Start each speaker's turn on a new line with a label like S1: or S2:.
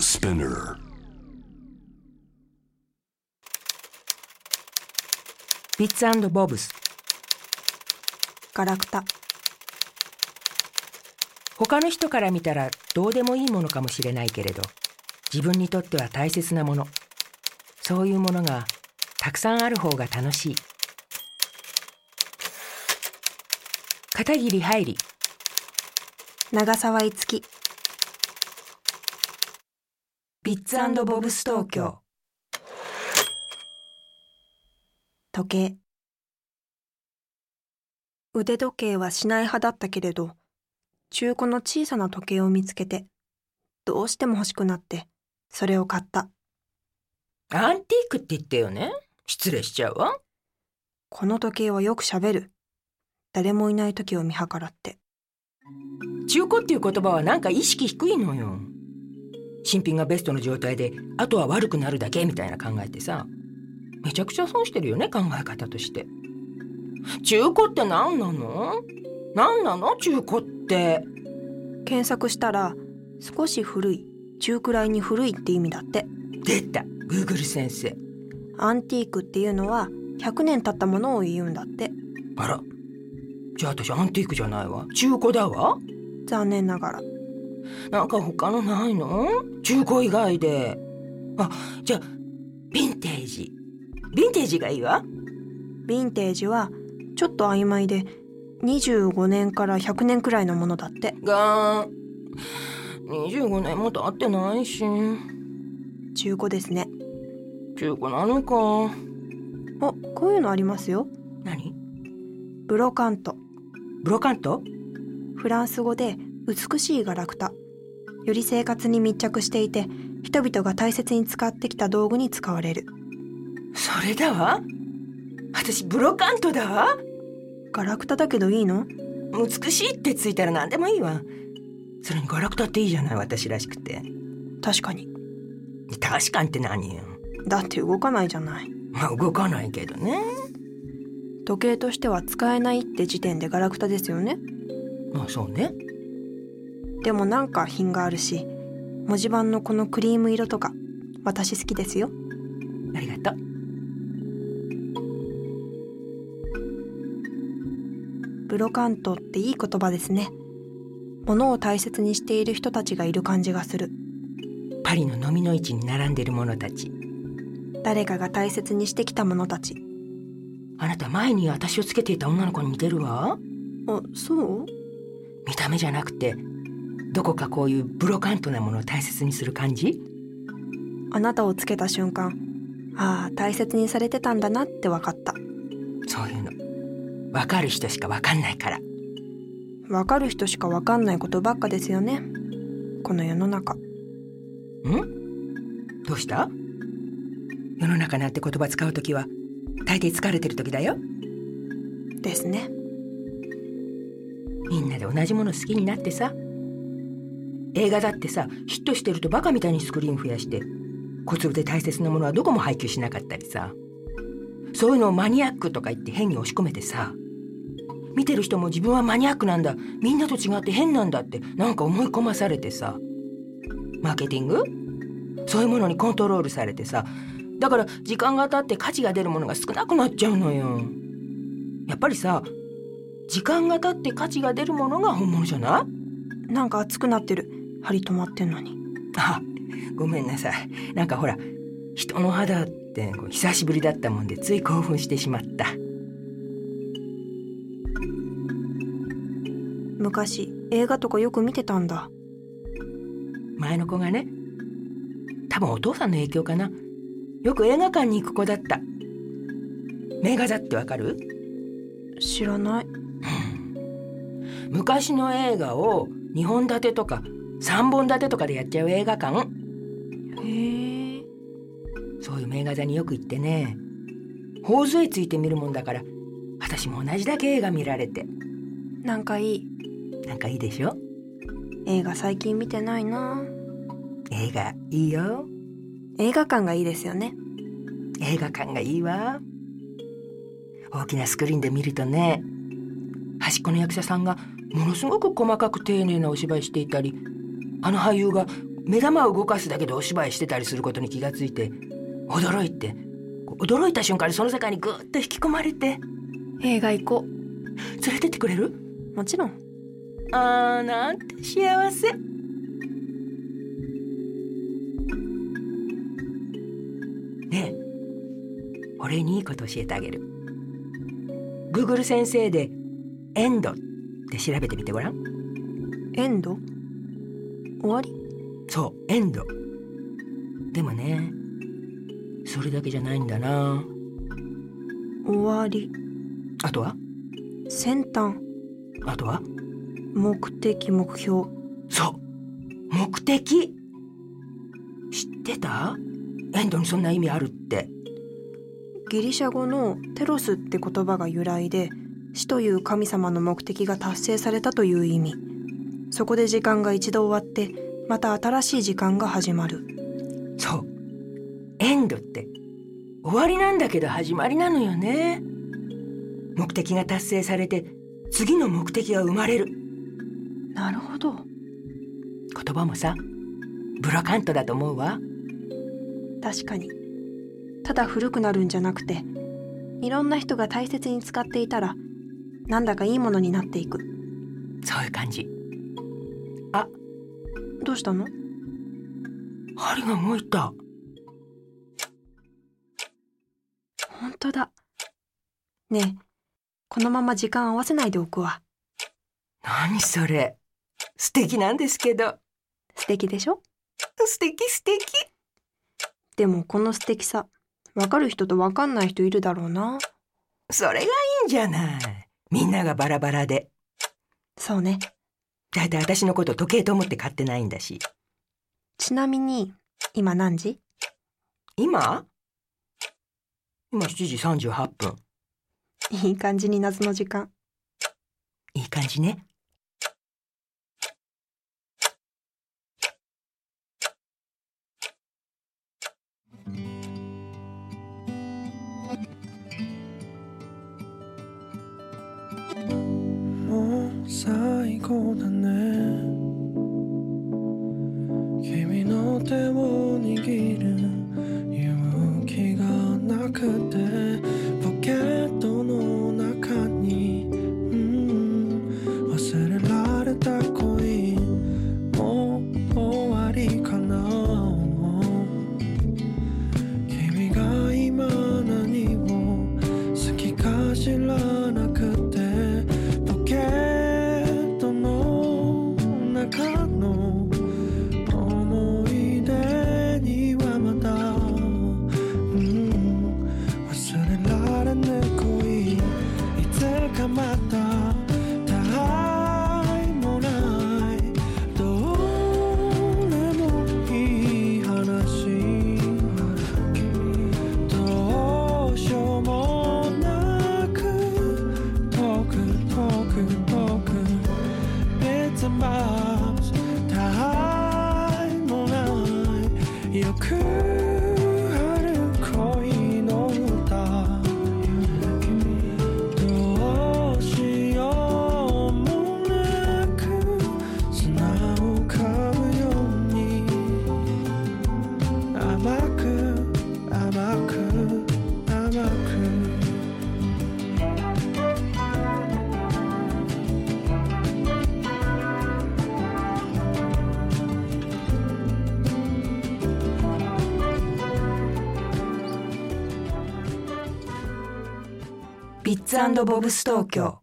S1: Spinner.
S2: ビッツボブス
S3: ガラクタ
S2: 他の人から見たらどうでもいいものかもしれないけれど自分にとっては大切なものそういうものがたくさんある方が楽しい片桐入り
S3: 長澤いつき
S2: ビッツボブス東京
S3: 時計腕時計はしない派だったけれど中古の小さな時計を見つけてどうしても欲しくなってそれを買った
S2: アンティークって言ったよね失礼しちゃうわ
S3: この時計はよくしゃべる誰もいない時を見計らって
S2: 中古っていう言葉はなんか意識低いのよ新品がベストの状態であとは悪くなるだけみたいな考えってさめちゃくちゃ損してるよね考え方として中古って何なの何なの中古って
S3: 検索したら少し古い中くらいに古いって意味だって
S2: 出た Google 先生
S3: アンティークっていうのは100年経ったものを言うんだって
S2: あらじゃあ私アンティークじゃないわ中古だわ
S3: 残念ながら
S2: なんか他のないの中古以外であじゃあヴィンテージヴィンテージがいいわ
S3: ヴィンテージはちょっと曖昧で25年から100年くらいのものだって
S2: が25年も経ってないし
S3: 中古ですね
S2: 中古なのか
S3: おこういうのありますよ
S2: 何
S3: ブロカント
S2: ブロカント
S3: フランス語で美しいガラクタより生活に密着していて人々が大切に使ってきた道具に使われる
S2: それだわ私ブロカントだわ
S3: ガラクタだけどいいの
S2: 美しいってついたら何でもいいわそれにガラクタっていいじゃない私らしくて
S3: 確かに
S2: 確かにって何よ
S3: だって動かないじゃない
S2: まあ動かないけどね
S3: 時計としては使えないって時点でガラクタですよね
S2: まあそうね
S3: でもなんか品があるし文字盤のこのクリーム色とか私好きですよ
S2: ありがとう
S3: ブロカントっていい言葉ですね物を大切にしている人たちがいる感じがする
S2: パリの飲みの市に並んでる者たち
S3: 誰かが大切にしてきたものたち
S2: あなた前に私をつけていた女の子に似てるわ
S3: あそう
S2: 見た目じゃなくてどこかこういうブロカントなものを大切にする感じ
S3: あなたをつけた瞬間ああ大切にされてたんだなって分かった
S2: そういうの分かる人しか分かんないから
S3: 分かる人しか分かんないことばっかですよねこの世の中
S2: んどうした世の中なんて言葉使うときは大抵疲れてるときだよ
S3: ですね
S2: みんなで同じもの好きになってさ映画だってさヒットしてるとバカみたいにスクリーン増やして小粒で大切なものはどこも配給しなかったりさそういうのをマニアックとか言って変に押し込めてさ見てる人も自分はマニアックなんだみんなと違って変なんだってなんか思い込まされてさマーケティングそういうものにコントロールされてさだから時間が経って価値が出るものが少なくなっちゃうのよやっぱりさ時間が経って価値が出るものが本物じゃない
S3: なんか熱くなってる針止まってんのに
S2: あごめんなさいなんかほら人の肌ってこう久しぶりだったもんでつい興奮してしまった
S3: 昔映画とかよく見てたんだ
S2: 前の子がね多分お父さんの影響かなよく映画館に行く子だった名画座ってわかる
S3: 知らない
S2: 昔の映画を2本立てとか3本立てとかでやっちゃう映画館
S3: へえ
S2: そういう名画座によく行ってね頬杖ついて見るもんだから私も同じだけ映画見られて
S3: なんかいい
S2: なんかいいでしょ
S3: 映画最近見てないな
S2: 映画いいよ
S3: 映画館がいいですよね
S2: 映画館がいいわ大きなスクリーンで見るとね端っこの役者さんがものすごく細かく丁寧なお芝居していたりあの俳優が目玉を動かすだけでお芝居してたりすることに気がついて驚いてこう驚いた瞬間にその世界にぐーっと引き込まれて
S3: 映画行こ
S2: 連れてってくれる
S3: う。もちろん。
S2: あーなんて幸せねえ俺にいいこと教えてあげる Google 先生で「エンド」って調べてみてごらん
S3: エンド終わり
S2: そうエンドでもねそれだけじゃないんだな
S3: 終わり。
S2: あとは
S3: 先端。
S2: あとは
S3: 目的、目標。
S2: そう目的知ってたエンドにそんな意味あるって
S3: ギリシャ語のテロスって言葉が由来で死という神様の目的が達成されたという意味そこで時間が一度終わってまた新しい時間が始まる
S2: そうエンドって終わりなんだけど始まりなのよね目的が達成されて次の目的が生まれる
S3: なるほど
S2: 言葉もさブラカントだと思うわ
S3: 確かにただ古くなるんじゃなくていろんな人が大切に使っていたらなんだかいいものになっていく
S2: そういう感じ
S3: どうしたの
S2: 針が動いた
S3: 本当だねえこのまま時間合わせないでおくわ
S2: 何それ素敵なんですけど
S3: 素敵でしょ
S2: 素敵素敵
S3: でもこの素敵さ分かる人と分かんない人いるだろうな
S2: それがいいんじゃないみんながバラバラで
S3: そうね
S2: だいたい私のこと時計と思って買ってないんだし
S3: ちなみに今何時
S2: 今今7時38分
S3: いい感じに謎の時間
S2: いい感じね
S1: もう最高だね君の手を握る勇気がなくてポケットの中に、うん、忘れられた恋もう終わりかな君が今何を好きか知らなくてポケットの中の思い出にはまだ、うん、忘れられぬ恋いつかまたたあいもないどれもいい話どうしようもなく遠く遠く遠く It's about time もないよくある恋の歌どうしようもなく砂を買うように甘く甘く甘く
S2: ビッツボブス東京